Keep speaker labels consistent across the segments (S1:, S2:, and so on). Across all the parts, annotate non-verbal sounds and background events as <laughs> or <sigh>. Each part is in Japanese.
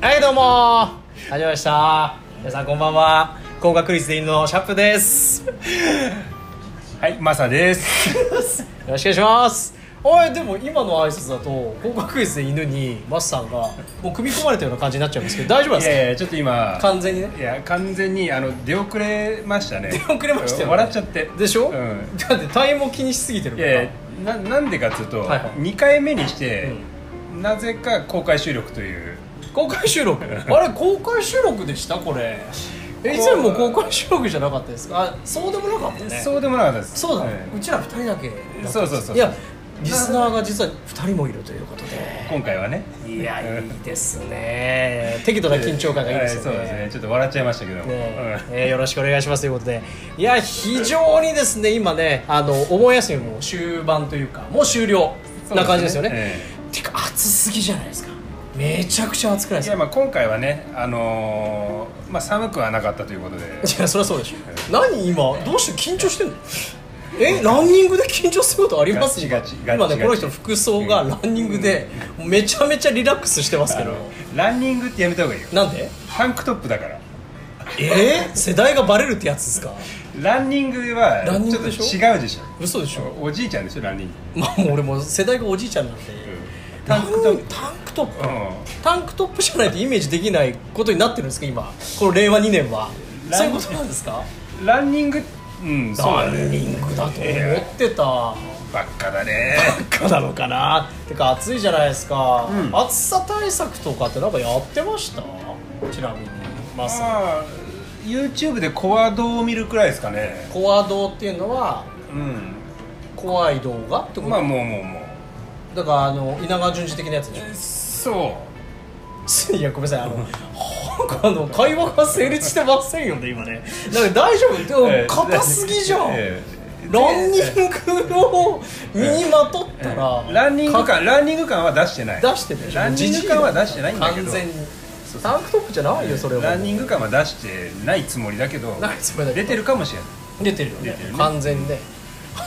S1: はいどうも始まりました皆さんこんばんは工学クイズでいるのシャープですよ
S2: はい、マサです。
S1: ろしくお願いしますおいでも今の挨拶だと工学クイズで犬にマスさんがもう組み込まれたような感じになっちゃいますけど大丈夫なん
S2: い
S1: ですか
S2: やいや、ちょっと今、
S1: 完全にね
S2: いや、完全に、あの、出遅れましたね。
S1: 出遅れましたよね
S2: 笑っちゃって。
S1: でしょ、
S2: うん
S1: だってタイムを気にしすぎてる
S2: い
S1: から
S2: やいや、な、なんでかっつうと、
S1: はいはい
S2: 二回目にして、なぜか公開収録という。
S1: 公開収録あれ公開収録でしたこれえいつも公開収録じゃなかったですかあそうでもなかったね
S2: そうでもなかったです。
S1: そうだ、
S2: ね
S1: うちら二人だけだったんです
S2: そうそうそう
S1: やリスナーが実は二人もいるということで
S2: 今回はね。
S1: いやいいですね適度な緊張感がいいですよね,、
S2: はそうですね。ちょっと笑っちゃいましたけども。
S1: ねえーよろしくお願いしますということでいや非常にですね今ねあのお盆休みも終盤というかもう終了な感じですよね
S2: そうですね
S1: てか暑すぎじゃないですかめちゃくちゃ暑くないで
S2: うんい
S1: す
S2: や、
S1: か
S2: まあ、今回はね、あのー、まあ、寒くはなかったとい
S1: <laughs>
S2: うことで。
S1: いやそりゃそうでしょ何今どうして緊張してんのえランニングで緊張することあります
S2: ガチ
S1: 今
S2: ガチガチ
S1: ね
S2: ガチ
S1: この人服装がランニングでめちゃめちゃリラックスしてます
S2: あ
S1: けど
S2: の、ランニングってやめた方がいいよ。
S1: なんで
S2: タンクトップだから。
S1: えー、世代がバレるってやつですか
S2: ランニングは
S1: ランニン
S2: ちょ
S1: グ
S2: っと
S1: でしょ
S2: 違うでしょ
S1: 嘘でしょ
S2: おじいちゃんでしょランニング、
S1: まあもう俺もう世代がおじいちゃんなんで
S2: タンクトップ
S1: タンクトップ
S2: う
S1: タンクトップじゃないとイメージできないことになってるんですか今この令和2年は
S2: ラ
S1: そうい
S2: ン
S1: うことなんですか
S2: んランニングうんそう
S1: ラ
S2: だ
S1: ンニ
S2: ね
S1: ングだと思ってた
S2: ばっか
S1: <laughs>
S2: だね
S1: かなのかなてか暑いじゃないですか、
S2: うん
S1: 暑さ対策とかってなんかやってましたちなみにまあその
S2: まあ YouTube でコア動を見るくらいですかね
S1: コア動っていうのは
S2: うん
S1: 怖い動画ってこと、
S2: まあもうもうも
S1: だからあの稲川淳二的なやつで
S2: うそ
S1: しょ <laughs> いやごめんなさいあのなんかあの会話が成立してませんよね今ねなんか大丈夫
S2: う
S1: でも硬すぎじゃん、
S2: <laughs> ええ
S1: ランニングを身にまとったら、
S2: ランニング感ランニング感は出してない
S1: 出してるでしょ
S2: ランニング感は出してないんだけ
S1: 完
S2: ど
S1: 全にタンクトップじゃないよそれは
S2: ランニング感は出してないつもりだけど
S1: ないつもりだけど
S2: 出てるかもしれない
S1: 出てるよね
S2: 出てるね
S1: 完全にね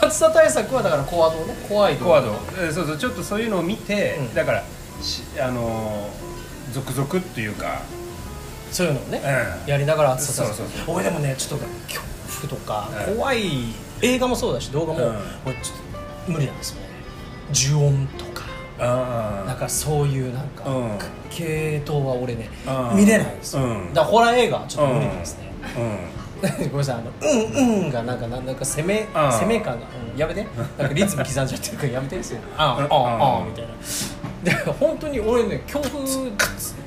S1: 暑さ対策はだからコアドね怖い
S2: コアド、えーそうそうちょっとそういうのを見て、
S1: うん
S2: だからしあのー、続々っていうか、
S1: そういうのをね、
S2: うん
S1: やりながら暑さ対
S2: そう
S1: 策
S2: そう
S1: 俺でもねちょっと恐怖とか、
S2: うん
S1: 怖い映画もそうだし動画も、
S2: うん
S1: 俺ちょっと無理なんですよね呪音とかなん
S2: あ
S1: かそういうなんか、
S2: うん
S1: 系統は俺ね、
S2: うん
S1: 見れないんですよ、
S2: うん
S1: だからホラー映画はちょっと無理なんですね、
S2: あ、うん、
S1: <laughs> ごめんなさいあの「うんうん」がなんかなんなんか攻め
S2: ああ
S1: 攻め感が、うんやめてなんかリズム刻んじゃってるからやめてです <laughs> よ「ああああああ」みたいなで本当に俺ね強風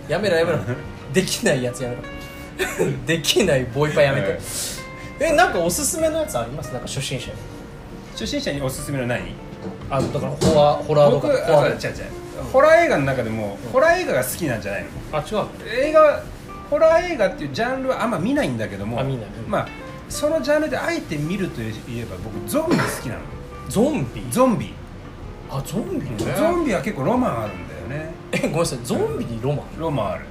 S1: やめろやめろできないやつやめろ <laughs> できないボイパやめて
S2: え
S1: えなんかおすすめのやつありますなんか初心者に
S2: 初心者におすすめの何
S1: あのだからホラーホラーと
S2: 僕
S1: か
S2: あ
S1: ホラー
S2: 違う違うホラー映画の中でも、ホラー映画が好きなんじゃないの
S1: あ違うの
S2: 映画ホラー映画っていうジャンルはあんま見ないんだけども
S1: あ見ないうん
S2: まあそのジャンルであえて見るといえば僕ゾンビ好きなの
S1: ゾンビ
S2: ゾンビ、
S1: あゾンビ <laughs> ね
S2: ゾンビは結構ロマンあるんだよね
S1: えごめんなさいゾンビにロマン
S2: ロマンある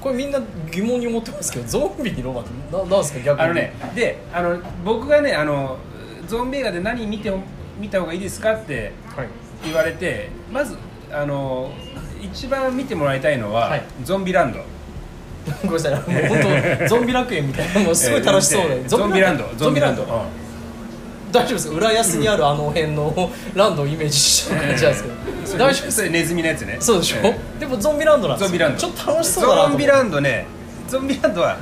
S1: これみんな疑問に思ってますけどゾンビにロマンってななんですか逆に
S2: あのね、であの僕がねあのゾンビ映画で何見ても見た方がいいですかって
S1: はい
S2: 言われてまずあの一番見てもらいたいのは、
S1: はい
S2: ゾンビランド
S1: ごめんなさい、もう本当ゾンビ楽園みたいな、もうすごい楽しそう
S2: えー
S1: で、
S2: 見てゾンビランド
S1: ゾンビランド
S2: ゾンビ、ラン
S1: 大丈夫ですか、浦安にあるあの辺のランドをイメージした感じなんですけど、
S2: ドうん
S1: 大丈夫です
S2: それネズミのやつね
S1: そうでしょ、
S2: え
S1: でもゾンビランドなん
S2: ー
S1: です
S2: ゾ
S1: よ
S2: ンビランド
S1: ちょっと楽しそうだなと思
S2: ゾン
S1: って
S2: ビランドねゾンビランドは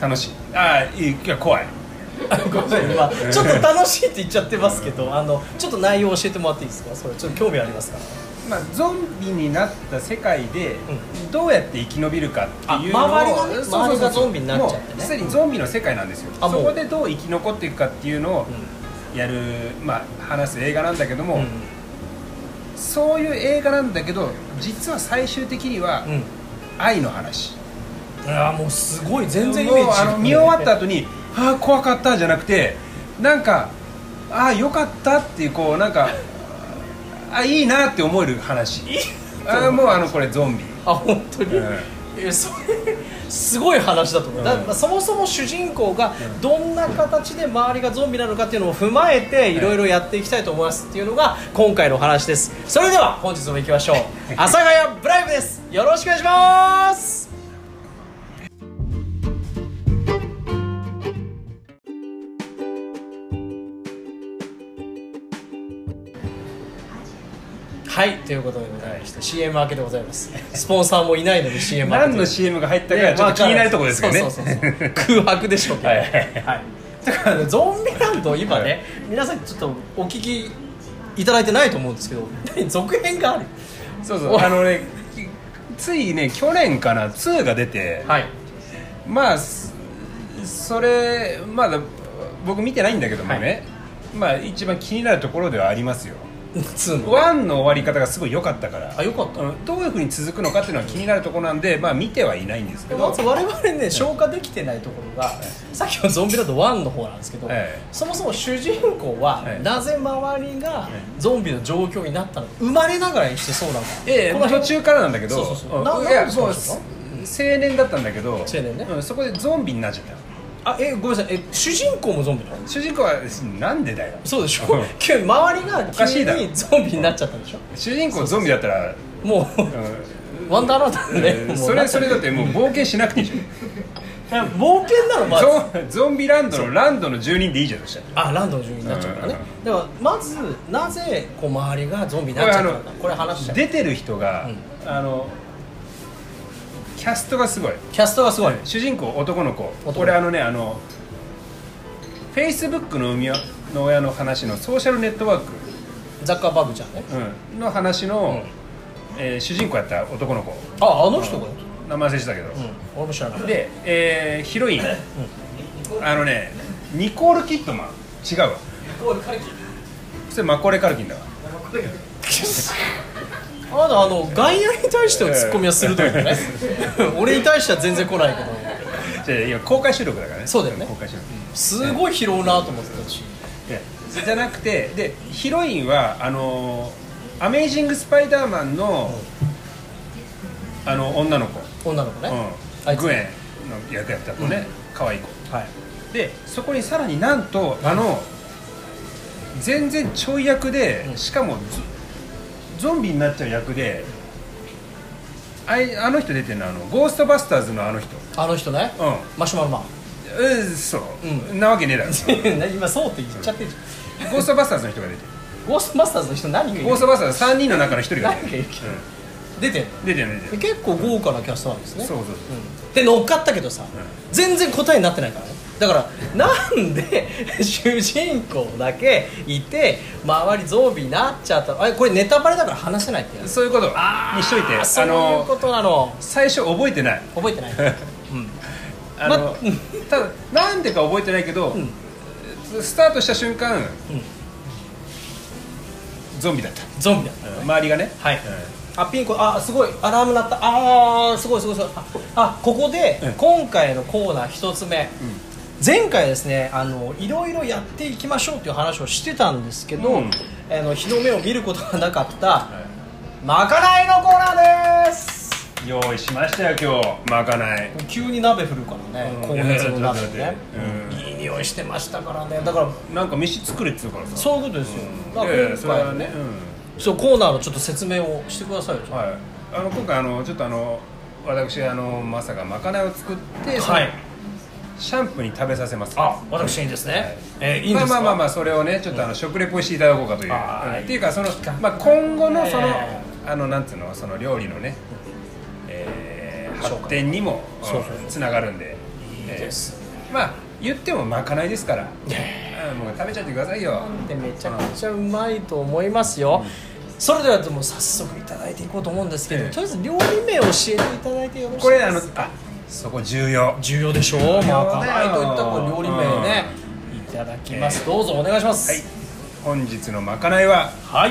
S2: 楽しい、ああいいいや怖い
S1: ごめんなさい今ちょっと楽しいって言っちゃってますけど、あのちょっと内容教えてもらっていいですか、それちょっと興味ありますか
S2: まあ、ゾンビになった世界でどうやって生き延びるかっていうのを
S1: あ周りがね
S2: そうそうそう
S1: 周りがゾンビになっちゃってね
S2: もうすでにゾンビの世界なんですよ
S1: あ
S2: そ
S1: もう
S2: こでどう生き残っていくかっていうのをやる、まあ、話す映画なんだけども、
S1: うん、
S2: そういう映画なんだけど実は最終的には
S1: うん、
S2: 愛の話
S1: ああ、もうすごい、全然イメ
S2: もうあ
S1: ー
S2: の
S1: ジ、
S2: 見終わった、後に「ああ怖かった」じゃなくてなんか「ああよかった」っていうこうなんか「あいいな」って思える <laughs> 話あーもうあのこれゾンビ
S1: あ本当に、
S2: うん
S1: えそれすごい話だと思う、だ
S2: うん
S1: そもそも主人公がどんな形で周りがゾンビなのかっていうのを踏まえていろいろやっていきたいと思いますっていうのが今回のお話ですそれでは本日も行きましょう阿佐ヶ谷ブライブですよろしくお願いしますはいということでございまして、CM 明けでございますスポンサーもいないのに CM 明け
S2: 何の CM が入ったかちょっと気になるところですけどね
S1: そうそうそう空白でしょうけど
S2: はいはい
S1: はいだからね <laughs> ゾンビランド今ね、
S2: はい
S1: 皆さんちょっとお聞きいただいてないと思うんですけど <laughs> 何続編がある
S2: そうそうあのねついね去年かな2が出て、
S1: はい
S2: まあすそれまだ僕見てないんだけどもね、まあ一番気になるところではありますよ
S1: 2の
S2: 1の終わり方がすごい良かったから
S1: あよかった
S2: うんどういうふうに続くのかっていうのは気になるところなんでまあ見てはいないんですけ
S1: ま
S2: ど
S1: ず我々ね消化できてないところが、さっきの「ゾンビランド1」の方なんですけど、
S2: ええ
S1: そもそも主人公は、
S2: ええ
S1: なぜ周りが
S2: え
S1: ゾンビの状況になったのか生まれながらにしてそうなのか、
S2: ええ
S1: この
S2: 途
S1: 辺
S2: 中からなんだけど
S1: そうそうそうんななん
S2: い
S1: で
S2: や
S1: そ
S2: そうう
S1: なの
S2: 青年だったんだけど青
S1: 年ね
S2: そこでゾンビになっちゃったの
S1: あえごめんなさいえ主人公もゾンビなの
S2: 主人公はなんでだよ
S1: そうでしょ
S2: うん
S1: 急に周りが
S2: おかし
S1: 急
S2: いだろ
S1: にゾンビになっちゃったんでしょ
S2: 主人公ゾンビだったら
S1: も
S2: う
S1: うんワンダーランドだね、
S2: え
S1: も
S2: ー
S1: う
S2: そ
S1: なっ
S2: れ
S1: ちゃ
S2: そ
S1: っ
S2: れだってもう冒険しなくていいじ
S1: た冒険なの <laughs> ま
S2: ゃん
S1: ず
S2: ゾンゾンビランドのランドの住人でいいじゃんそしたら
S1: あランドの住人になっちゃったからねだからまずなぜこう周りがゾンビになっちゃったのかこれ話しちゃう
S2: 出てる人が、あのキャストがすごい
S1: キャストがすごい
S2: 主人公男の子
S1: の子
S2: これあのねあのフェイスブックの海の親の話のソーシャルネットワーク、
S1: ザッカーバーグちゃんね
S2: うんの話の、えー主人公やった男の子
S1: ああの人が
S2: 名前忘れてたけど、
S1: うん俺も知らない
S2: で、えーヒロイン、あのねニコール・キットマン違うわそれマコーレー・カルキンだわ
S1: あなたあの外野に対してのツッコミは鋭いよ <laughs> ね俺に対しては全然来ないけど
S2: じゃあ今公開収録だからね
S1: そうだよね
S2: 公開収録、
S1: すごい拾うなと思ってたし
S2: でじゃなくてでヒロインはあのーアメイジング・スパイダーマンの、あの女の子、
S1: 女の子ね
S2: う
S1: あ
S2: ん、
S1: いつ
S2: グエンの役やった子ね、可愛い子
S1: はい
S2: でそこにさらになんとあの全然ちょい役で、
S1: うん
S2: しかもゾゾンビになっちゃう役であいあの人出てるのあのゴーストバスターズのあの人
S1: あの人ね
S2: うん
S1: マシュマロマン
S2: えーそう、
S1: う
S2: なわけねえ
S1: <laughs>
S2: だろ
S1: 今そうって言っちゃってるじ
S2: ゴーストバスターズの人が出てる
S1: ゃんゴーストマスターズの人何人
S2: ゴーストバスターズ3人の中の1人が出て
S1: 誰が
S2: る
S1: いる、出てんの
S2: うん、出てる出てる
S1: 結構豪華なキャストなんですね
S2: そうそうそう
S1: うんで乗っかったけどさ、全然答えになってないからねだからなんで <laughs> 主人公だけいて周りゾンビになっちゃったあれこれネタバレだから話せないってやつ
S2: そういうことにしといて
S1: あ
S2: あ
S1: そういう
S2: の
S1: ことなの
S2: 最初覚えてない
S1: 覚えてない
S2: <laughs>
S1: うん
S2: あの、
S1: まうん
S2: ただなんでか覚えてないけど、
S1: ん
S2: スタートした瞬間、ゾンビだった、
S1: ゾンビだった
S2: 周りがね、
S1: はい、あピンコあすごいアラーム鳴ったあーすごいすごいすごいああここで
S2: うん
S1: 今回のコーナー一つ目、前回ですねあのいろいろやっていきましょうっていう話をしてたんですけど、
S2: うん
S1: あの日の目を見ることがなかった、まかないのコーナーです
S2: 用意しましたよ今日まかない
S1: 急に鍋振るからね
S2: うん
S1: 高熱の鍋ね、
S2: うん
S1: いい匂いしてましたからねだから
S2: なんか飯作れっつうからさ
S1: そういうことですよ、だか
S2: い
S1: ら
S2: やいやそ
S1: 今
S2: れ
S1: 回
S2: はね、
S1: そうコーナーのちょっと説明をしてくださいよ
S2: うんはい、あの今回あのちょっとあの私あのまさかまかないを作って、
S1: はい
S2: シャンプーに食べさせます
S1: あ私にですね、えーいいん
S2: ま
S1: で
S2: あ
S1: すか
S2: まあまあまあそれをねちょっとあの食レポしていただこうかという、
S1: あー
S2: うんっていうかその、まあ、今後のその、
S1: え
S2: あのなんつうのその料理のね、えー
S1: そうか
S2: 発展にもうん
S1: そうそうそう
S2: つながるんで
S1: いいです
S2: えーまあ言ってもまかないですから、うんもう食べちゃってくださいよ
S1: でめちゃくちゃうまいと思いますよ、それではもう早速いただいていこうと思うんですけど、
S2: ええ
S1: とりあえず料理名を教えていただいてよろしいですか
S2: これあのあそこ重要
S1: 重要でしょうまあかないといったこう料理名ねいただきます、どうぞお願いします
S2: はい本日のまかないは
S1: はい、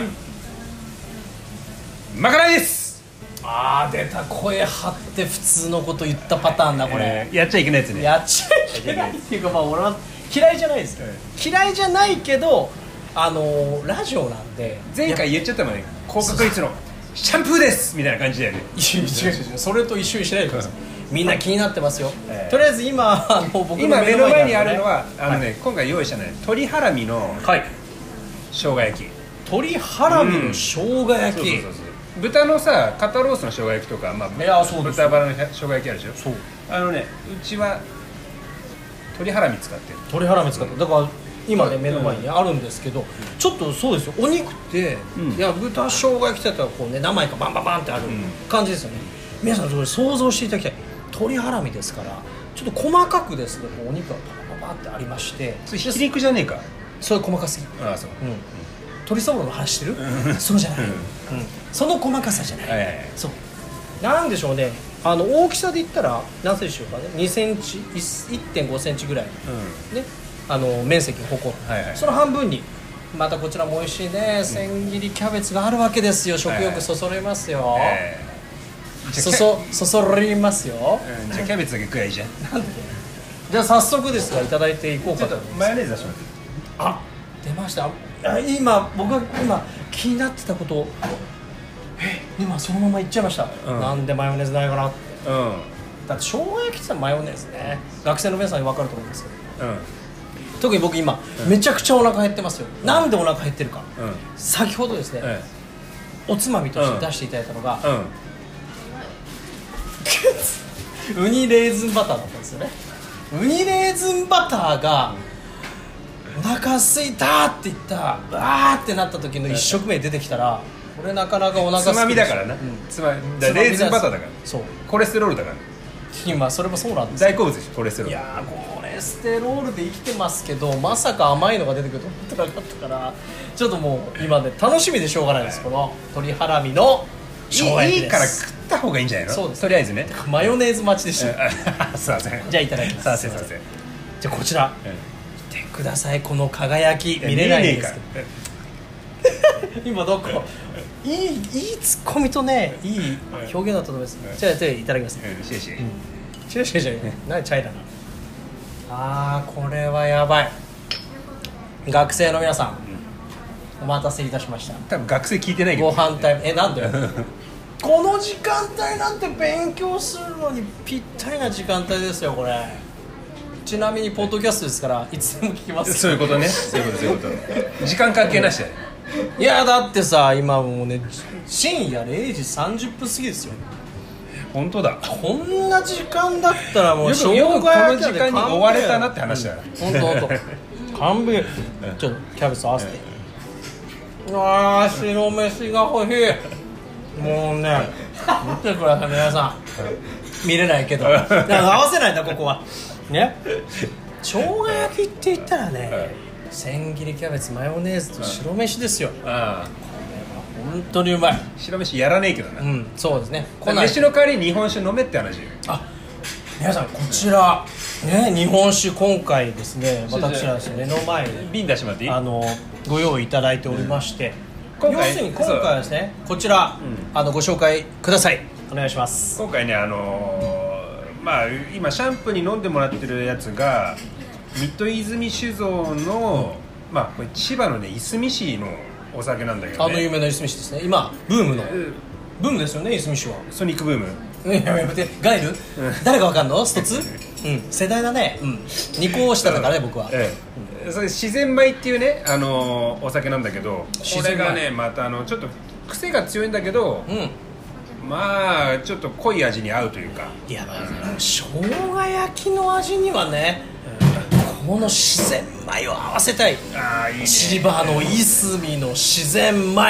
S2: まかないです
S1: あー出た声張って普通のこと言ったパターンだこれ、
S2: えーやっちゃいけないやつね
S1: やっちゃいけないっていうかまあ俺は嫌いじゃないです、
S2: え
S1: 嫌いじゃないけどあのーラジオなんで
S2: 前回言っちゃったもんね高確率のシャンプーですみたいな感じだよね
S1: 一緒に違う違う違うそれと一緒にしないでくださいみんな気になってますよ、
S2: ええ
S1: とりあえず今あの僕の
S2: 今目の前にあるのは
S1: ね
S2: あのね、今回用意したね鶏ハラミの
S1: はい
S2: 生姜焼き
S1: 鶏ハラミの生姜焼き、
S2: 豚のさ肩ロースの生姜焼きとか、まあ、
S1: いやそうです
S2: 豚バラの生姜焼きあるでしょ
S1: そう
S2: あのねうちは鶏ハラミ使ってる
S1: 鶏ハラミ使ってだから今ね目の前にあるんですけど、ちょっとそうですよお肉って、
S2: うん
S1: いや豚生姜焼きってやったらこうね何枚かバンバンバンってある
S2: ん
S1: 感じですよね、皆さんそれ想像していただきたい鶏ハラミですからちょっと細かくですねこうお肉がパパパパってありまして
S2: それひき肉じゃねえか
S1: それ細かすぎる
S2: ああそう
S1: うん鳥そぼろの話してるそうじゃない、
S2: うん
S1: うん、その細かさじゃない、
S2: はいはいはい
S1: そうなんでしょうねあの大きさで言ったら何センチでしょうかね2センチ1 5センチぐらいねあの面積を誇る、
S2: はいはい
S1: その半分にまたこちらも美味しいね千切りキャベツがあるわけですよ食欲そそりますよ、
S2: ええ
S1: そそ <laughs> そそりますよ
S2: うんじゃあキャベツだけ食えばいいじゃん
S1: じゃあ早速ですがいただいていこう
S2: ちょ
S1: か
S2: っ
S1: と
S2: と
S1: 思いま
S2: マ
S1: す
S2: ヨネーズ出してもらっていい
S1: あ出ましたあ今僕が今気になってたことをえ今そのまま言っちゃいました、
S2: うん
S1: なんでマヨネーズないかなって
S2: うん
S1: だって生姜焼きって言ったらマヨネーズね学生の皆さんに分かると思うんですけど
S2: うん
S1: 特に僕今、
S2: うん
S1: めちゃくちゃお腹減ってますよ、なんでお腹減ってるか
S2: うん
S1: 先ほどですね、
S2: え
S1: おつまみとして出していただいたのが、 <laughs>
S2: えうん
S1: ウニレーズンバターだったんですよねウニレーズンバターがお腹すいたって言ったわーってなった時の一食目出てきたらこれなかなかお腹す
S2: つ
S1: くでしょ
S2: まみだからな
S1: うん
S2: つまみだからレーズンバターだから
S1: そう
S2: コレステロールだから
S1: 今それもそうなんですよ
S2: 大好物でしょコレステロ
S1: い
S2: ール
S1: やーコレステロールで生きてますけどまさか甘いのが出てくると思ってなかったからちょっともう今ね楽しみでしょうがないですこの鶏ハラミの生姜
S2: い
S1: 焼
S2: い
S1: き
S2: い
S1: です
S2: いから食った方がいいんじゃないの
S1: そうです
S2: とりあえずね
S1: マヨネーズ待ちでした
S2: あ <laughs> すいません
S1: じゃあいただきます
S2: さあせさあせうん
S1: じゃあこちら見てくださいこの輝き見れないんですけど
S2: 見れね
S1: 今どこいいいいツッコミとねいい表現だったと思います
S2: うん
S1: じゃあじゃあいただきます
S2: えからうんシェイシェイ
S1: チラチラチラ何チャイだなあーこれはやばい学生の皆さんお待たせいたしました
S2: 多分学生聞いてないけど
S1: ご飯タイムえ
S2: <laughs>
S1: なんでこの時間帯なんて勉強するのにぴったりな時間帯ですよこれちなみにポッドキャストですからいつでも聞きます
S2: そういうことねそういうことそういうこと時間関係なしだよ
S1: いやだってさ今もうね深夜0時30分過ぎですよ
S2: 本当だ
S1: こんな時間だったらもう
S2: よく
S1: 生姜
S2: よくこの
S1: 焼き
S2: 時
S1: なんて
S2: 間に
S1: 完璧
S2: 追われたなって話だよ
S1: 本当本
S2: <laughs>
S1: 当。完璧ちょっとキャベツ合わせてああ白飯が欲しいもうね見てください皆さん見れないけどだから合わせないんだここは
S2: <laughs>
S1: ね生姜焼きって言ったらね千切りキャベツマヨネーズと白飯ですよ
S2: <laughs> あ
S1: 本当にうまい
S2: あ白飯やらねえけど
S1: う
S2: なん
S1: そうですねこない
S2: 飯の代わりに日本酒飲めって話よ
S1: あ皆さんこちらね日本酒今回ですね私らですね目の前に
S2: 瓶出してもらっていい
S1: あのご用意いただいておりまして、
S2: うん
S1: 要するに今回はですねこちら、
S2: う
S1: あのご紹介くださいお願いします
S2: 今回ねあのーまあ今シャンプーに飲んでもらってるやつが水戸泉酒造の、まあこれ千葉のねいすみ市のお酒なんだけど、
S1: あ
S2: ね、
S1: の有名ないすみ市ですね今ブームの
S2: うん
S1: ブームですよねいすみ市は
S2: ソニックブーム
S1: うんやめてガイル、誰がわかんのストツうん世代だねうん2個下だからね僕は、
S2: ええ、それ自然米っていうね、あのーお酒なんだけど
S1: 自
S2: こ
S1: 然
S2: れ
S1: 米
S2: がねまたあのちょっと癖が強いんだけど、
S1: う
S2: まあちょっと濃い味に合うというか
S1: んいや生姜焼きの味にはね、この自然米を合わせたい
S2: ああいいね
S1: 千葉のいすみの自然米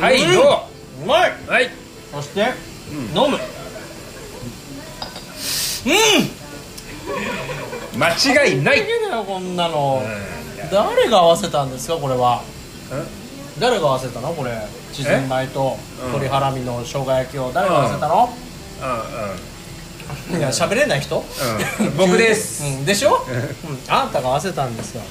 S2: はい
S1: うん
S2: どう
S1: うまい
S2: はい
S1: そして、飲むうん
S2: 間違いない
S1: だけだよこんなの、誰が合わせたんですかこれは誰が合わせたのこれ自然米と鶏ハラミの生姜焼きを誰が合わせたの、いや喋れない人、
S2: うん僕です、
S1: <laughs> うん、でしょ、うん、あんたが合わせたんですよ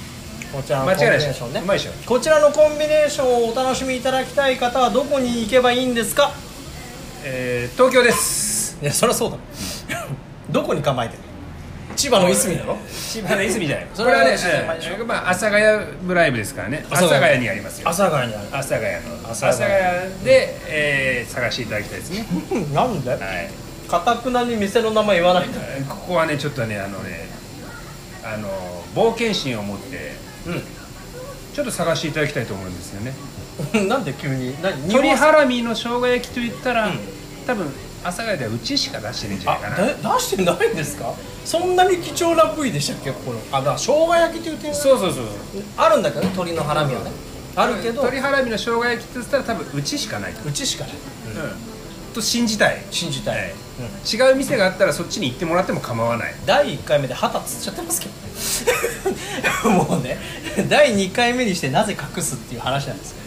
S1: こちらのコン
S2: 間
S1: ビ
S2: 違
S1: ネー
S2: いないで
S1: ショ
S2: しょ
S1: ン
S2: う
S1: ね
S2: まいでしょ
S1: こちらのコンビネーションをお楽しみいただきたい方はどこに行けばいいんですか
S2: えー、東京です
S1: いやそりゃそうだ <laughs> どこに構えてる千葉のいすみだろ
S2: 千葉の泉じゃない
S1: それは
S2: こ
S1: 自然米でしょ
S2: えーまあ阿佐ヶ谷ブライブですからね阿
S1: 阿佐
S2: 佐
S1: ヶ
S2: ヶ
S1: 谷
S2: 谷にありますよ
S1: 阿佐ヶ谷にあ
S2: 阿佐ヶ谷の阿
S1: 阿
S2: 佐
S1: 佐ヶ谷
S2: ヶ谷で、えー、探していただきたいですね
S1: るなんで
S2: はい
S1: かたくなに店の名前言わないんだ
S2: えーここはねちょっとねあのねあの冒険心を持ってちょっと探していただきたいと思うんですよね
S1: うんなんで急に何
S2: 鶏ハラミの生姜焼きといったら、
S1: うん
S2: 多分阿佐ヶ谷ではうちしか出してねえんじゃ
S1: あ
S2: ないかな
S1: だ出してないんですかそんなに貴重な部位でしたっけこのあだから生姜焼きという点
S2: そうそうそうそう
S1: あるんだけどね鶏のハラミはねあるけど
S2: 鶏ハラミの生姜焼きって言ったら多分うちしかないと,、
S1: うちしかない
S2: と信じたい
S1: 信じたい、
S2: はい
S1: うん
S2: 違う店があったらそっちに行ってもらっても構わない
S1: 第1回目で旗つっちゃってますけどね <laughs> もうね第2回目にしてなぜ隠すっていう話なんですけ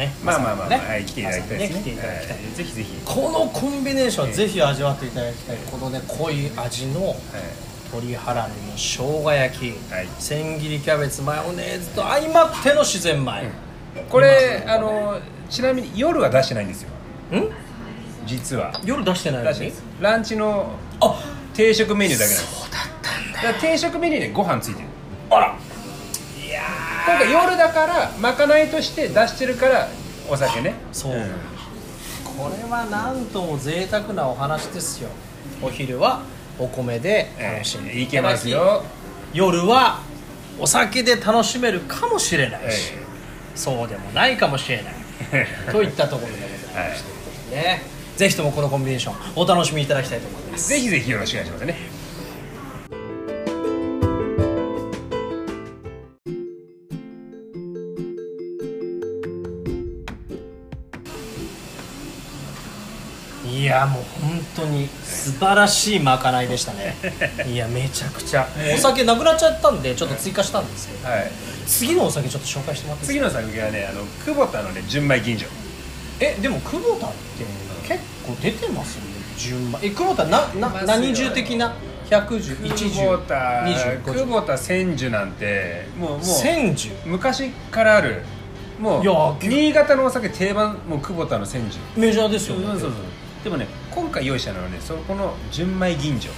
S1: どねね
S2: まあまあまあ、
S1: ね
S2: はい、来ていただきたいですね
S1: ね来ていただきたい
S2: はいぜひぜひ、
S1: このコンビネーションぜひ味わっていただきたいこのね濃い味の鶏ハラミの生姜焼き、
S2: はい
S1: 千切りキャベツマヨネーズと相まっての自然米、
S2: これあのちなみに夜は出してないんですよ
S1: ん
S2: 実は
S1: 夜出してないの
S2: 出してない
S1: に
S2: ですランチの
S1: あ
S2: 定食メニューだけなんですそうだったんだから定食メニューでご飯ついてる
S1: あら
S2: 今回夜だからまかないとして出してるからお酒ね
S1: そう、
S2: ん
S1: これはなんとも贅沢なお話ですよお昼はお米で楽しんで
S2: い
S1: い
S2: け
S1: た
S2: ま
S1: だ
S2: す
S1: き、
S2: よ、
S1: 夜はお酒で楽しめるかもしれない
S2: え
S1: し、そうでもないかもし
S2: <laughs>
S1: れないといったところでございます
S2: はい
S1: ねぜひともこのコンビネーションお楽しみいただきたいと思います
S2: ぜひぜひよろしくお願いしますね
S1: いやもう本当に素晴らしいまかないでした
S2: <laughs>
S1: ねいやめちゃくちゃお酒なくなっちゃったんでちょっと追加したんですけど
S2: はい
S1: 次のお酒ちょっと紹介してもらっていい
S2: 次の作品はねあの久保田のね純米吟醸
S1: えでも久保田って結構出てますよね順番え久保田なな
S2: 出ますよ
S1: 何重的な110一
S2: 久保田久
S1: 10
S2: 保田千住なんてもうもう
S1: 千十
S2: 昔からあるもう
S1: いや
S2: 新潟のお酒定番もう久保田の千住
S1: メジャーですよね
S2: でもね今回用意したのはねそこの純米吟醸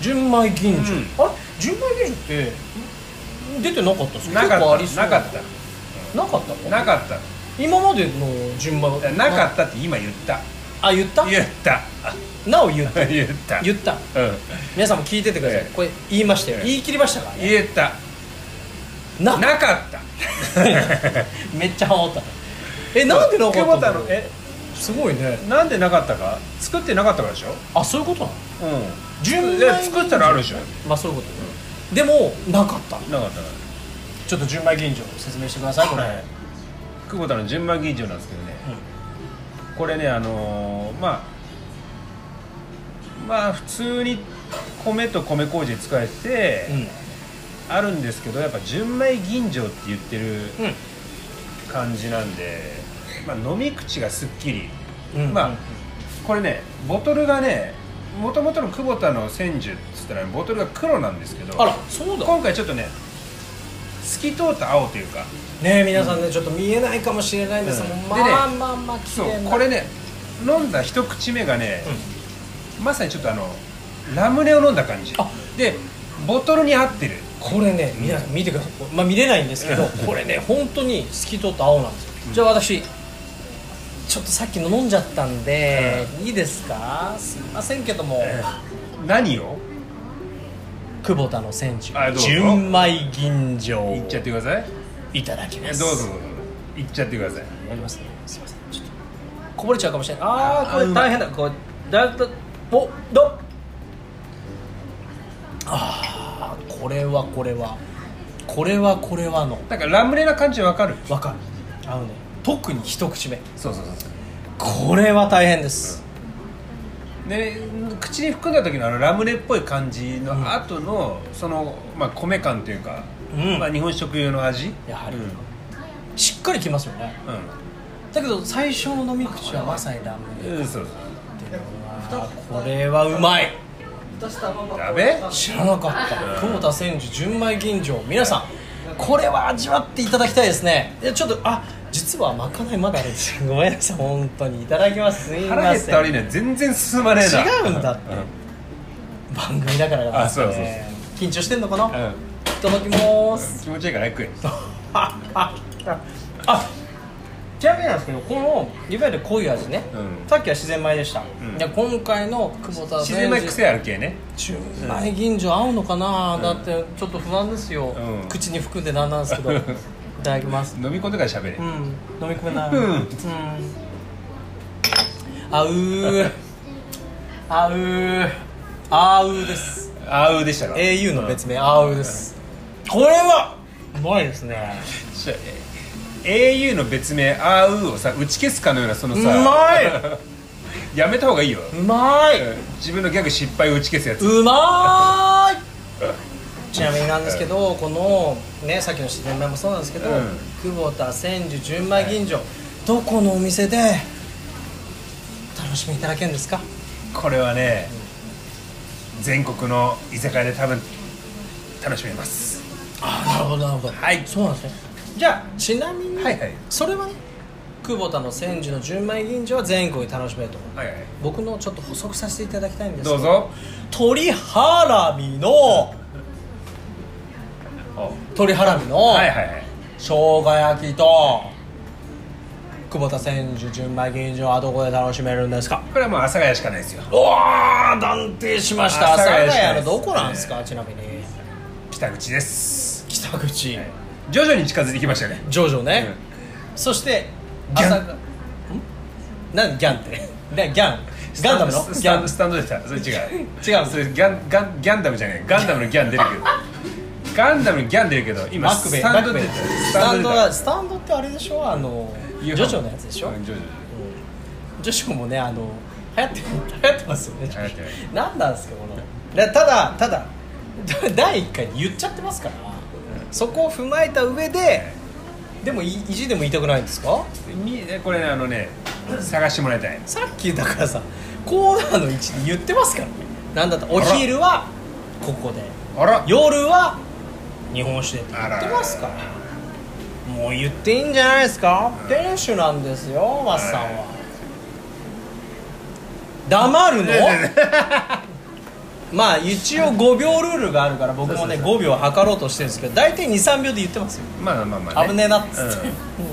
S1: 純米吟醸、
S2: う
S1: あれ純米吟醸ってん出てなかったです
S2: なか
S1: 結構あり
S2: っ
S1: そ
S2: た
S1: う
S2: なかっ
S1: ったなかった
S2: た
S1: の
S2: なかった
S1: 今までの純米は
S2: なかったって今言った
S1: あ言った
S2: 言った <laughs>
S1: なお言った
S2: 言った
S1: 言った
S2: うん
S1: 皆さんも聞いててください
S2: ええ
S1: これ言いましたよ
S2: ええ
S1: 言い切りましたからね
S2: 言った
S1: な
S2: なかった
S1: めっちゃハマったえ <laughs> なんでなかった
S2: 久
S1: の
S2: 保田のえ
S1: すごいね
S2: なんでなかったか作ってなかったからでしょ
S1: あそういうことなの
S2: うん
S1: 純米
S2: いや作ったらあるでしょ
S1: まあそういうことね、でもなかった
S2: なかったな
S1: ちょっと純米吟醸を説明してくださいこれ、
S2: はい久保田の純米吟醸なんですけどね、これねあのーまあまあ普通に米と米麹で使えて
S1: うん
S2: あるんですけどやっぱ純米吟醸って言ってる感じなんで、まあ、飲み口がすっきり、
S1: うんうん
S2: まあこれねボトルがねもともとの久保田の千住っつったらボトルが黒なんですけど
S1: あらそうだ
S2: 今回ちょっとね透き通った青というか
S1: ね皆さんねちょっと見えないかもしれないんですけど、
S2: うん
S1: ま
S2: でね
S1: あまあまあ綺
S2: そう
S1: 麗な
S2: これね飲んだ一口目がね、まさにちょっとあのラムネを飲んだ感じ
S1: あ
S2: でボトルに合ってる
S1: これね皆さん見てくださいまあ見れないんですけどこれね本当に透き通った青なんですよ、じゃあ私ちょっとさっきの飲んじゃったんで、いいですかすいませんけども、
S2: 何を
S1: 久保田の千住
S2: あどうぞ
S1: 純米吟醸
S2: いっちゃってください
S1: いただき
S2: え
S1: ま
S2: どう
S1: す
S2: ぞどうぞいっちゃってください
S1: やりますねすいませんちょっとこぼれちゃうかもしれないああ
S2: あ
S1: これ大変だこれだだおだああこれはこれはこれはこれはの
S2: なんかラムネな感じわかる
S1: わかるあのね特に一口目
S2: そうそうそうそう
S1: これは大変です、
S2: で口に含んだ時のあのラムネっぽい感じの
S1: うん
S2: 後の、その、まあ、米感というか、
S1: うん
S2: まあ、日本食用の味
S1: やはり
S2: うんうん
S1: しっかりきますよねだけど最初の飲み口はまさにラムネ
S2: うんそうそう
S1: これはうまい
S2: やべ
S1: 知らなかった久保田千住純米吟醸皆さんこれは味わっていただきたいですねいやちょっとあ実はまかないまだあるんです <laughs> よごめんなさい本当にいただきますすい
S2: 腹
S1: ま
S2: 減っ
S1: せ
S2: た
S1: ん
S2: 悪いね全然進まねえな
S1: 違うんだって番組だからなんですかね緊張してんのかな、
S2: うん、うん
S1: いただき
S2: <laughs>
S1: ます
S2: 気持ちいいから楽
S1: あああちなみになんですけどこのいわゆる濃い味ね、
S2: うん
S1: さっきは自然米でした、
S2: ん
S1: で今回の久保田
S2: 自
S1: 千
S2: 然
S1: 住
S2: な癖ある系ね
S1: 純米吟醸合うのかな、だってちょっと不安ですよ、
S2: うん
S1: 口に含んでなんなんですけ <laughs> どいただきます
S2: 飲み込んでから喋れ、
S1: うん飲み込めない
S2: うん
S1: うんあうーあうーあうです
S2: あうでしたか
S1: au の別名あうですこれはうまいですね
S2: しょえ au の別名あうをさ打ち消すかのようなその
S1: う
S2: さ
S1: まい
S2: <laughs> やめた方がいいよ
S1: うまい
S2: 自分のギャグ失敗を打ち消すやつ
S1: うまーい <laughs> ちなみになんですけどこのねさっきの自然米もそうなんですけど、
S2: うん
S1: 久保田千住純米吟醸、どこのお店で楽しみいただけるんですか
S2: これはね全国の居酒屋で多分楽しめます
S1: あなるほどなるほど
S2: はい
S1: そうなんですね
S2: じゃ
S1: ちなみに、
S2: はいはい
S1: それはね久保田の千住の純米吟醸は全国で楽しめると思う
S2: あ、はいはい、
S1: 僕のちょっと補足させていただきたいんですけ
S2: どうぞ
S1: 鶏ハラミの鶏ハラミの、
S2: はいはいはい
S1: 生姜焼きと久保田千住純米吟醸はどこで楽しめるんですか
S2: これはもう阿佐ヶ谷しかないですよ
S1: うわー断定しました
S2: 阿
S1: 阿
S2: 佐
S1: 佐
S2: ヶ
S1: ヶ
S2: 谷
S1: 谷のどこなんですかちなみに
S2: 北口です
S1: 北口、
S2: 徐々に近づいてきましたね
S1: ジョジョね、そして
S2: ギャン
S1: 朝がん何ギャンって <laughs> なギャンガンダムの
S2: ス
S1: ギャ
S2: タン
S1: ン
S2: ドスタンドでしたそれ違う
S1: <laughs> 違う
S2: それギャンガンギャンダムじゃないガンダムのギャン出るけどガンダムのギャン出るけど今
S1: マクベイ
S2: スタ
S1: マ
S2: ンド
S1: ク
S2: で
S1: ベイ
S2: 出た
S1: ス
S2: ス
S1: タ
S2: タ
S1: ン
S2: ン
S1: ド
S2: ド
S1: が
S2: で
S1: スタンドってあれでしょあのジョジョのやつでしょ、
S2: うんジョジョ
S1: 女子もねあの流行って <laughs> 流行ってますよね
S2: 流行ってる
S1: 何なんですかこのだただただ <laughs> だ第一回に言っちゃってますからそこを踏まえた上ででもい意地でも言いたくないんですか
S2: みえこれねあのね探してもらいたい
S1: さっきだからさコーナーの位置で言ってますからねなんだったらお昼はここで
S2: あら
S1: 夜は日本酒でって言ってますからもう言っていいんじゃないですか店主なんですよマスさんは黙るのまあ一応5秒ルールがあるから僕もね
S2: そうそ
S1: 5秒測ろうとしてるんですけど大体23秒で言ってますよ
S2: <laughs> まあまあまあ、ね、
S1: 危ねえなっつって、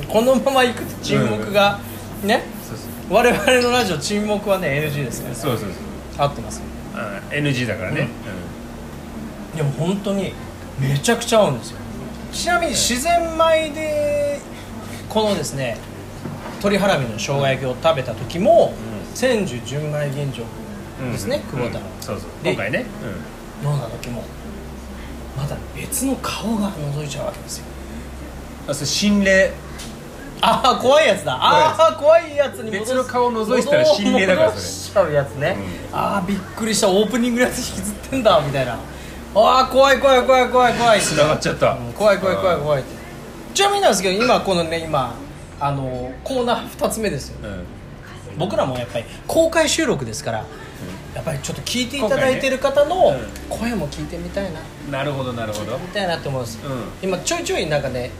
S1: このまま行くと沈黙がね
S2: そうそ
S1: 我々のラジオ沈黙はね NG ですか
S2: うそうそうそう
S1: ら合ってますよ
S2: あ NG だからね、
S1: でも本当にめちゃくちゃ合うんですよちなみに自然米でこのですね鶏ハラミの生姜焼きを食べた時も、
S2: う
S1: 千住純米吟醸
S2: うんうん
S1: ですね、久保田の
S2: うんそうそう
S1: で
S2: 今回ね、
S1: 飲んだ時もまだ別の顔が覗いちゃうわけですよ
S2: うん、あそれ心霊
S1: ああ怖いやつだああ怖いやつに戻す
S2: 別の顔を覗いてたら心霊だからそれ
S1: 戻しちゃうやつね、ああびっくりしたオープニングのやつ引きずってんだみたいなああ怖い怖い怖い怖い怖い
S2: 繋がっちゃった、
S1: うん怖い怖い怖い
S2: うん
S1: 怖いってちなみになんですけど今このね今あのコーナー2つ目ですよ
S2: うん
S1: 僕らもやっぱり公開収録ですからやっぱりちょっと聞いていただいてる方の声も聞いてみたいな
S2: なるほどなるほど
S1: みたいなって思うんです、
S2: う
S1: 今ちょいちょいなんかね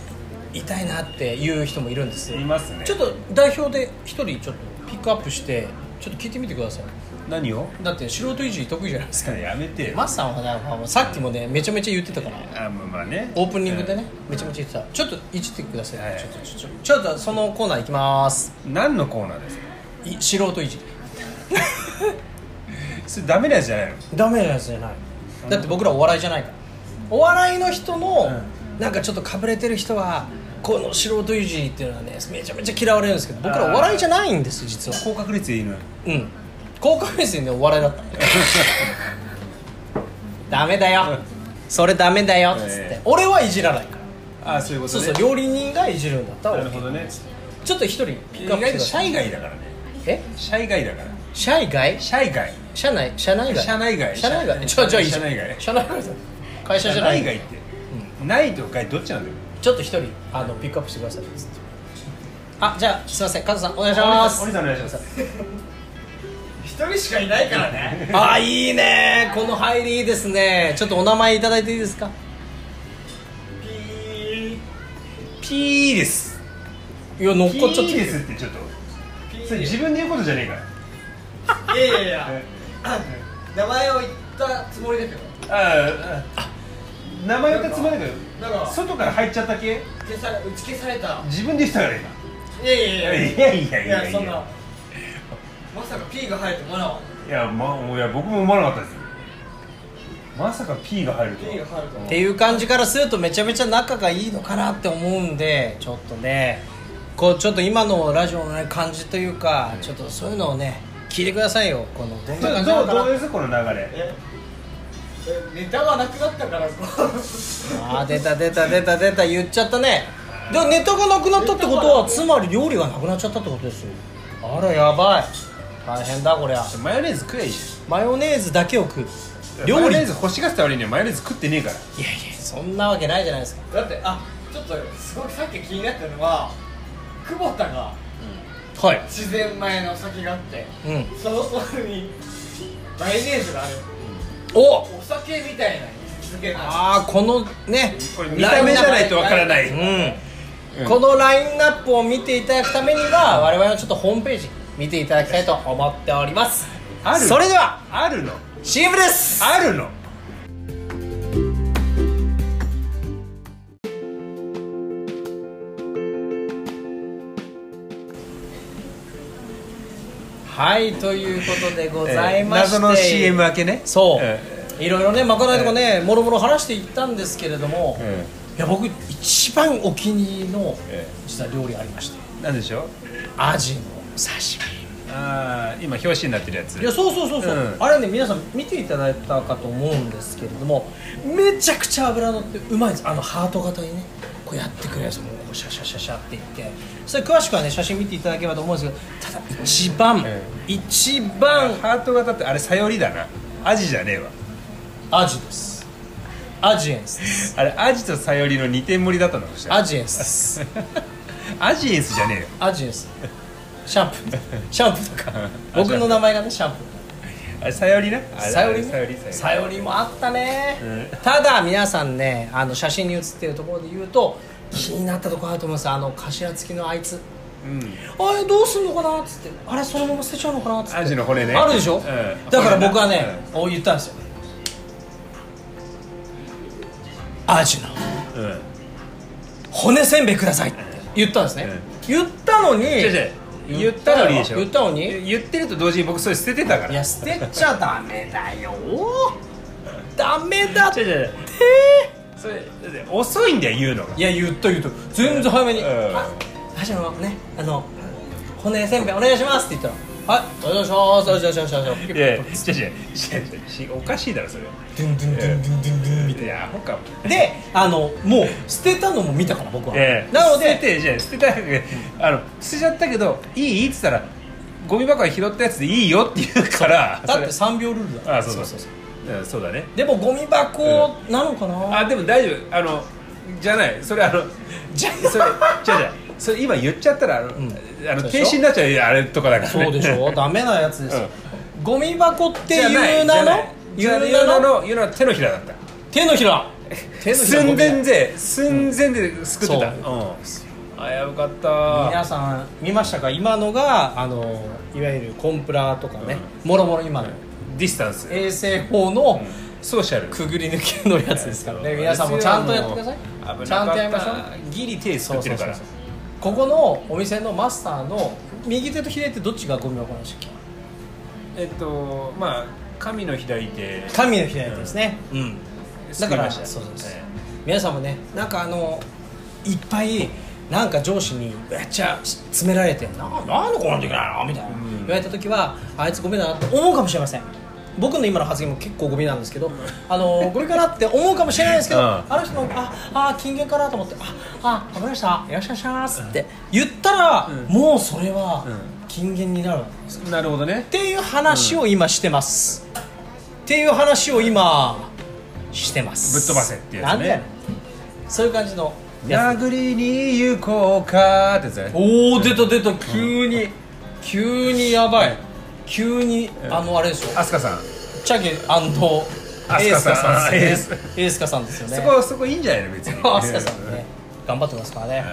S1: 痛いなっていう人もいるんです
S2: いますね
S1: ちょっと代表で1人ちょっとピックアップしてちょっと聞いてみてください
S2: 何を <laughs>
S1: だって素人いじり得意じゃないですか
S2: やめてよ
S1: マスさんはねまあさっきもねめちゃめちゃ言ってたから
S2: あまあまあね
S1: オープニングでね、めちゃめちゃ言ってたちょっといじってください、
S2: はい
S1: ちょっとちょっとちょっとそのコーナー行きます
S2: うん何のコーナーですか
S1: い素人いじり
S2: それダメなやつじゃないの
S1: ダメなやつじゃないだって僕らお笑いじゃないからお笑いの人の、なんかちょっとかぶれてる人はこの素人いじりっていうのはねめちゃめちゃ嫌われるんですけど僕らお笑いじゃないんです実は
S2: 高確率でいいのよ
S1: うん高校目線でお笑いだった
S2: <laughs>
S1: ダメだよそれダメだよっつって、
S2: ええ
S1: 俺はいじらないから
S2: あそういうこと
S1: そうそ
S2: ね
S1: う料理人がいじるんだったら
S2: なる
S1: OK
S2: ほどね
S1: ちょっと一人ピ
S2: 意
S1: ックアップしてくだ
S2: 外とシ
S1: さい
S2: ャイ外だからね
S1: え
S2: シャイ外だから
S1: 社外
S2: シャイ外
S1: 社内社内外
S2: 社内外
S1: 社内外
S2: 社
S1: ちょちょいいじゃ
S2: 社
S1: ん
S2: 内外
S1: 社内外だ会社じゃな
S2: 内
S1: い
S2: 外って、ないと外どっちなんだよ
S1: ちょっと一人あのピックアップしてくださいつってあじゃあすいません加藤さんお願いします
S2: お願いします
S3: 一人しかいないからね
S1: あいいねこの入りいいですねちょっとお名前いただいていいですか
S3: ピー
S2: ピーです
S1: いや乗っ
S2: ピ
S1: かっちゃって
S2: ーですってちょっと
S3: ピ
S2: それ
S3: ー
S2: 自分で言うことじゃねえか
S3: いやいやいや
S2: ら
S3: 名前を言ったつもりだけど
S2: ああ名前言ったつまりだけ
S3: なん
S2: ど
S3: か
S2: 外から入っちゃった系
S3: 消され打ち消された
S2: 自分で言ったから今
S3: いやいやい
S2: い
S3: や
S2: やいやいや
S3: そんなまさか P が入ると思わなかっ
S2: いや,、ま、いや僕も思わなかったですまさか P が入ると
S3: た
S2: は
S3: P が入ると
S1: っ
S3: 思
S1: ていう感じからするとめちゃめちゃ仲がいいのかなって思うんでちょっとねこうちょっと今のラジオの、ね、感じというかちょっとそういうのをね聞いてくださいよこのどんな感じな
S2: ど
S1: の
S2: う
S1: かな
S2: どうですこの流れ
S3: ええネタはなくなったからこ
S1: あー出た出た出た出た言っちゃったねでもネタがなくなったってことはつまり料理がなくなっちゃったってことですよあらやばい大変だこりゃ
S2: マヨネーズ食えいし
S1: マヨネーズだけを食う
S2: マヨ
S1: 料理い
S2: ネ
S1: や
S2: ー
S1: いや
S2: ズ欲しがってた割にはマヨネーズ食ってねえから
S1: そんなわけないじゃないですか
S3: だってあちょっとすごくさっき気になったのは久保田が
S1: はい
S3: 自然前のお酒があって
S1: うん
S3: そのソールにマヨネーズがある
S1: お
S3: お酒みたいな位置づけな
S1: ああこのね
S2: これ見た目じゃないとわからない、
S1: うん
S2: うん
S1: このラインナップを見ていただくためには我々のちょっとホームページ見ていただきたいと思っております
S2: ある
S1: それでは
S2: あるの
S1: CM です
S2: あるの
S1: はいということでご
S2: えー
S1: ざいまして、
S2: 謎の CM 明けね
S1: そう、
S2: え
S1: いろいろねまかないとかね、もろもろ話していったんですけれども、
S2: え
S1: い
S2: え
S1: や僕一番お気に入りの
S2: え
S1: 実は料理ありまして
S2: えなんでしょう
S1: アジの刺身
S2: ああ今表紙になってるやつ
S1: いやそうそうそうそう、
S2: うん
S1: あれね皆さん見ていただいたかと思うんですけれどもめちゃくちゃ脂乗ってうまいですあのハート型にねこうやってくれるやつもうこうシャシャシャシャっていってそれ詳しくはね写真見ていただければと思うんですけどただ一番、
S2: え
S1: 一番
S2: ハート型ってあれさよりだなアジじゃねえわ
S1: アジですアジエンスです
S2: あれアジとさよりの2点盛りだったのかしら
S1: アジエンスです <laughs>
S2: アジエンスじゃねえよ
S1: アジエンスシャンプーシャンプーとか
S2: うん
S1: 僕の名前がねシャンプー
S2: あれさよりなあれ
S1: さより
S2: さより
S1: ねさよりもあったね、
S2: うん
S1: ただ皆さんねあの写真に写ってるところで言うと気になったとこあると思うんですよあの頭付きのあいつ
S2: うん
S1: あれどうすんのかなっつってあれそのまま捨てちゃうのかなっつって
S2: アジの骨ね
S1: あるでしょ、
S2: うん
S1: だから僕はね、こう言ったんですよアジの
S2: うんうん
S1: 骨せんべいくださいって言ったんですね、
S2: うん
S1: 言ったのに
S2: 違う違う
S1: 言ったのに
S2: 言ったのにでしょ
S1: 言ったのにい
S2: 言ってると同時に僕それ捨ててたから
S1: や捨てちゃダメだよダメだって
S2: 違う違うそれだって遅いんだよ言うのが
S1: いや言った言った全然早めに「
S2: うん
S1: あ箸のねあの骨せんべいお願いします」って言ったら「はいお願いしますお願いしますお願いします」
S2: いやいや違う違う違う違うしおかしいだろそれ
S1: ドゥンドゥンドゥンドゥンドゥンドゥンみたい
S2: いやアホかも
S1: なであのもう捨てたのも見たから僕は、
S2: ええ
S1: なの
S2: 捨て
S1: で
S2: てじゃあ捨てたけどあの捨てちゃったけどいいって言ったらゴミ箱に拾ったやつでいいよって言うから
S1: だって3秒ルールだから
S2: あそうそうそうそううんそうだね
S1: でもゴミ箱なのかな、
S2: あでも大丈夫あのじゃないそれあの
S1: じゃ
S2: それじゃじゃそれ今言っちゃったらあの、
S1: ん
S2: あの
S1: そうでしょ
S2: 停止になっちゃうあれとかだから、ね、
S1: そうでし
S2: <laughs>
S1: ょダメなやつですよ、ゴミ箱って
S2: じゃない
S1: いう名
S2: じ
S1: の
S2: ゃない
S1: 言う
S2: じゃあ言
S1: 名
S2: う名
S1: の
S2: の言う名の手のひらだった
S1: 手のひら手のひらゴ
S2: 寸
S1: ミだ
S2: 前で寸前ですくってた、
S1: う
S2: うんんあよかった
S1: 皆さん見ましたか今のがあのいわゆるコンプラとかね、もろもろ今の
S2: ディスタンス、
S1: 衛生法の
S2: ソーシャル
S1: くぐり抜けのやつですからね皆さんもちゃんとやってくださいちゃんとやりましょう
S2: ギリ手
S1: そ
S2: 作
S1: う
S2: っ
S1: そ
S2: て
S1: う
S2: る
S1: そう
S2: から
S1: そうここのお店のマスターの右手と左手どっちがゴミ箱なんでしたっ
S2: えっとまあ神の左手
S1: け神の左手ですね、うんだ
S2: 救
S1: か
S2: い
S1: ら
S2: ました
S1: そうそうそう
S2: え
S1: 皆さんもねなんかあのいっぱいなんか上司にめっちゃ詰められて「ななんでこんなんできないの?」みたいな、
S2: ん
S1: 言われた時はあいつゴミだなって思うかもしれません僕の今の発言も結構ゴミなんですけどあのゴミかなって思うかもしれないですけど、
S2: うん
S1: あの人も「ああ金言かな」と思って「ああわかりましたいらっしゃいませ」って言ったら、
S2: うん
S1: もうそれは
S2: うん
S1: 金言になるわけです
S2: えなるほどね
S1: っていう話を今してます、っていう話を今してます
S2: ぶっ飛ばせってやつね
S1: なんでやねんそういう感じのやつ
S2: 殴りに行こうかってやつだね
S1: おお出た出た急に、急にやばい急に、
S2: ん
S1: あのあれでしょ
S2: 飛鳥さん
S1: チャゲエースカさん
S2: エ
S1: で
S2: ー
S1: す
S2: ス
S1: ねエースカさんですよね
S2: そ
S1: <laughs>
S2: こそこいいんじゃないの別に
S1: アスカさんね頑張ってますからね、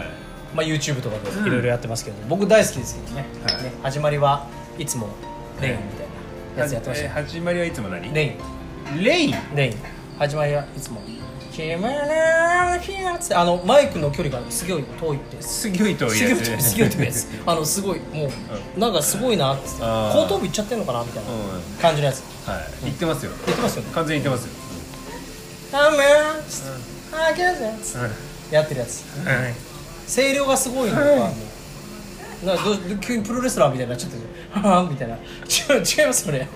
S1: まあ、YouTube とかでいろいろやってますけど、僕大好きですけどね,、
S2: はい
S1: ね始まりはいつもレインみたいなやつやってましたよ、
S2: え始まりはいつも何
S1: レイン
S2: レイン
S1: レイン始まりはいつも「キムラーキャー」ってあのマイクの距離がすごい遠いってす
S2: すぎょいと
S1: すごい遠いすごい遠い <laughs> ですあのすごいもうなんかすごいなっつって
S2: あー
S1: 後頭部いっちゃってんのかなみたいな
S2: う
S1: 感じのやつ
S2: んはい言ってますよ
S1: 言ってますよね
S2: 完全に言ってますよ
S1: 「あめー」つって「あーキャー」やってるやつ声量がすごいのかもうなんかどう急にプロレスラーみたいになっちゃったじゃんはぁみたいな違う違いますそれ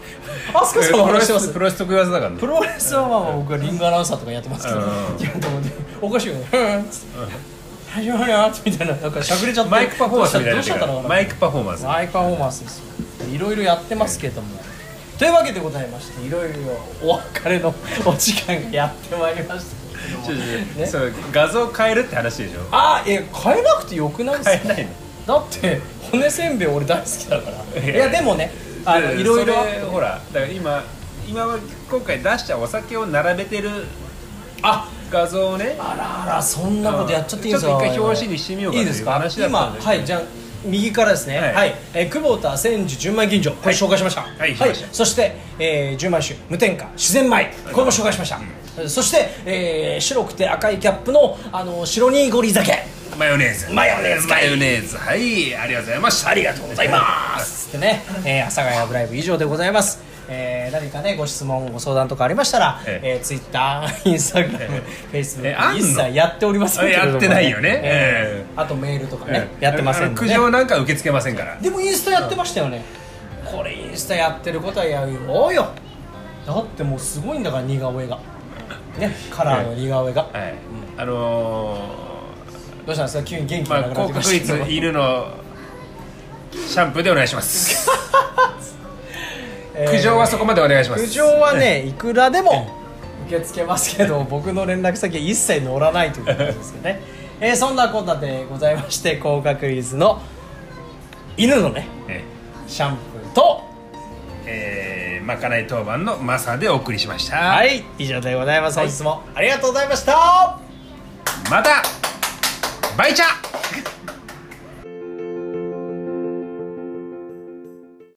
S1: あすかさんは
S2: プロレ
S1: 話してま
S2: ス
S1: す
S2: プロレス得意技だからね
S1: プロレスはまあ僕はリングアナウンサーとかやってますけど、
S2: うん
S1: いやと思っておかしいよねふ <laughs> ーんっつって大丈夫なやつみたいななんかしゃくれちゃって
S2: マイクパフォーマンスみたい
S1: どう
S2: になっ
S1: してちゃ
S2: る
S1: った
S2: か
S1: の
S2: ら
S1: かな
S2: マイクパフォーマンス
S1: マイクパフォーマンスですよいろいろやってますけどもというわけでございましていろいろお別れのお時間がやってまいりましたけども
S2: ちょちょ
S1: ね
S2: そう画像変えるって話でしょ
S1: あえ変えなくてよくないですか
S2: 変えないの
S1: だって骨せんべい俺大好きだから
S2: いや
S1: いやでもねあの
S2: だから
S1: いろいろ
S2: それほらだから今今は今回出したお酒を並べてる
S1: あ
S2: 画像をね
S1: あらあらそんなことやっちゃっていいんですか
S2: ちょっと一回表紙にしてみようか
S1: いい
S2: と
S1: で
S2: い
S1: す
S2: う
S1: か
S2: 話だっ
S1: 今
S2: たんで
S1: はいじゃあ右からですねは
S2: はい
S1: い、えー久保田千住純米吟醸これ紹介しましたはい
S2: しました
S1: そして、えー、純米酒無添加自然米これも紹介しました、そして、えー白くて赤いキャップのあの白にゴリ酒
S2: マヨネーズ
S1: マヨネーズ
S2: マヨネーズはいありがとうございましたありがとうございます
S1: でね、えー、阿佐ヶ谷ブライブ以上でございます。えー、何かねご質問ご相談とかありましたら、
S2: え
S1: えー、
S2: え
S1: ツイッター、インスタグラム、フェイスブ
S2: え
S1: ッ
S2: あん
S1: ク
S2: の
S1: 一切やっておりませんけれども、
S2: やってないよね
S1: え
S2: え
S1: ーあとメールとかね、やってませんの
S2: 苦
S1: で、
S2: 情なんか受け付けませんから
S1: でもインスタやってましたよね。これインスタやってることはやるよよ。だってもうすごいんだから似顔絵が、ねカラーの似顔絵が、
S2: はいあの
S1: どうしたんですか急に元気
S2: ーま
S1: が
S2: あ
S1: なくなっ
S2: 広
S1: てきまし
S2: 告
S1: たけど
S2: 率犬のシャンプーでお願いします
S1: <laughs>
S2: <laughs>
S1: えー
S2: 苦情はそこまでお願いします
S1: 苦情はねいくらでも受け付けますけど僕の連絡先は一切乗らないということですよね、えーそんなこんなでございまして高確率の犬のね
S2: え
S1: シャンプーと
S2: えーまかない当番のマサでお送りしました
S1: はい以上でございます本日もありがとうございました、
S2: またバイチャ